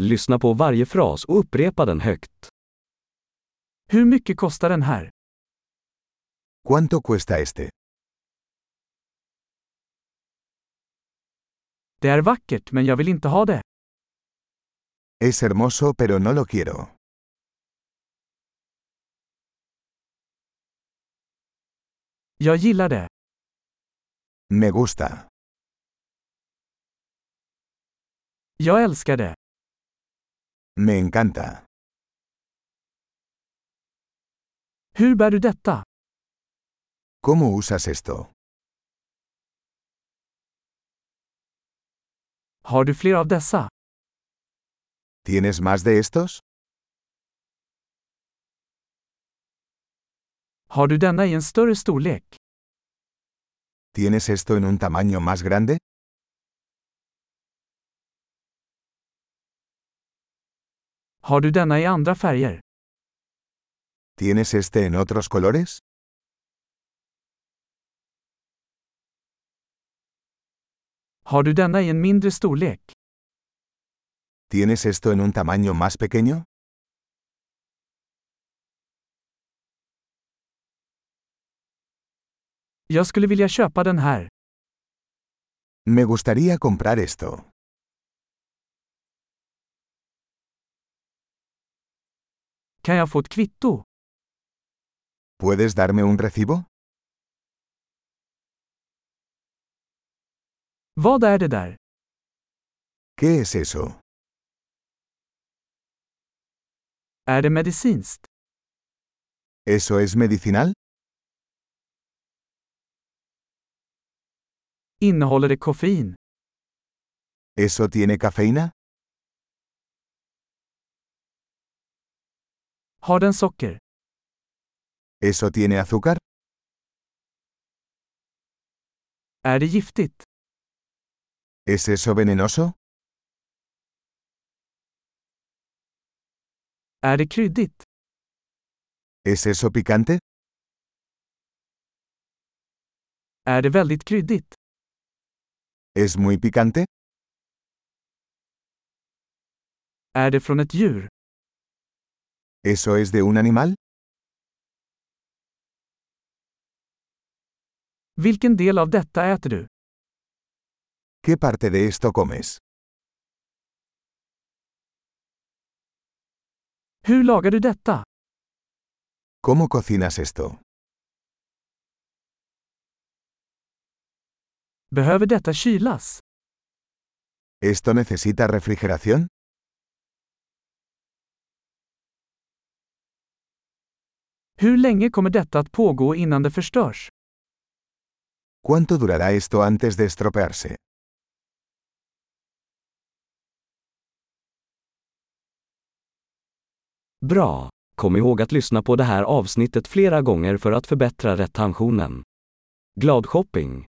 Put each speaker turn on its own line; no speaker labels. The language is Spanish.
Lyssna på varje fras och upprepa den högt. Hur mycket kostar den här?
¿Cuánto cuesta este?
Det är vackert men jag vill inte ha det.
Es hermoso pero no lo quiero.
Jag gillar det.
Me gusta.
Jag älskar det.
Me encanta.
Hur bär du detta?
¿Cómo usas esto?
Har du fler av dessa?
¿Tienes más de estos?
Har du denna i en större storlek?
¿Tienes esto en un tamaño más grande?
Har du denna i andra färger?
¿Tienes este en otros colores?
Har du denna i en mindre storlek?
¿Tienes esto en un tamaño más pequeño?
Jag skulle vilja köpa den här.
Me gustaría comprar esto.
Kan jag få ett kvitto?
¿Puedes darme un recibo?
Vad är det där?
¿Qué es eso?
Är det medicinskt?
¿Eso es medicinal?
Innehåller det koffein?
¿Eso tiene cafeína?
Har den socker?
¿Eso tiene azúcar?
Är det giftigt?
¿Es eso venenoso?
Är det kryddigt?
¿Es eso picante?
Är det väldigt kryddigt?
¿Es muy picante?
Är det från ett djur?
¿Eso es de un animal?
Vilken del av detta äter du?
¿Qué parte de esto comes?
Hur lagar du detta?
¿Cómo cocinas esto?
Behöver detta kylas?
¿Esto necesita refrigeración?
Hur länge kommer detta att pågå innan det förstörs?
¿Cuánto durará esto antes de estropearse?
Bra! Kom ihåg att lyssna på det här avsnittet flera gånger för att förbättra retentionen. Glad shopping!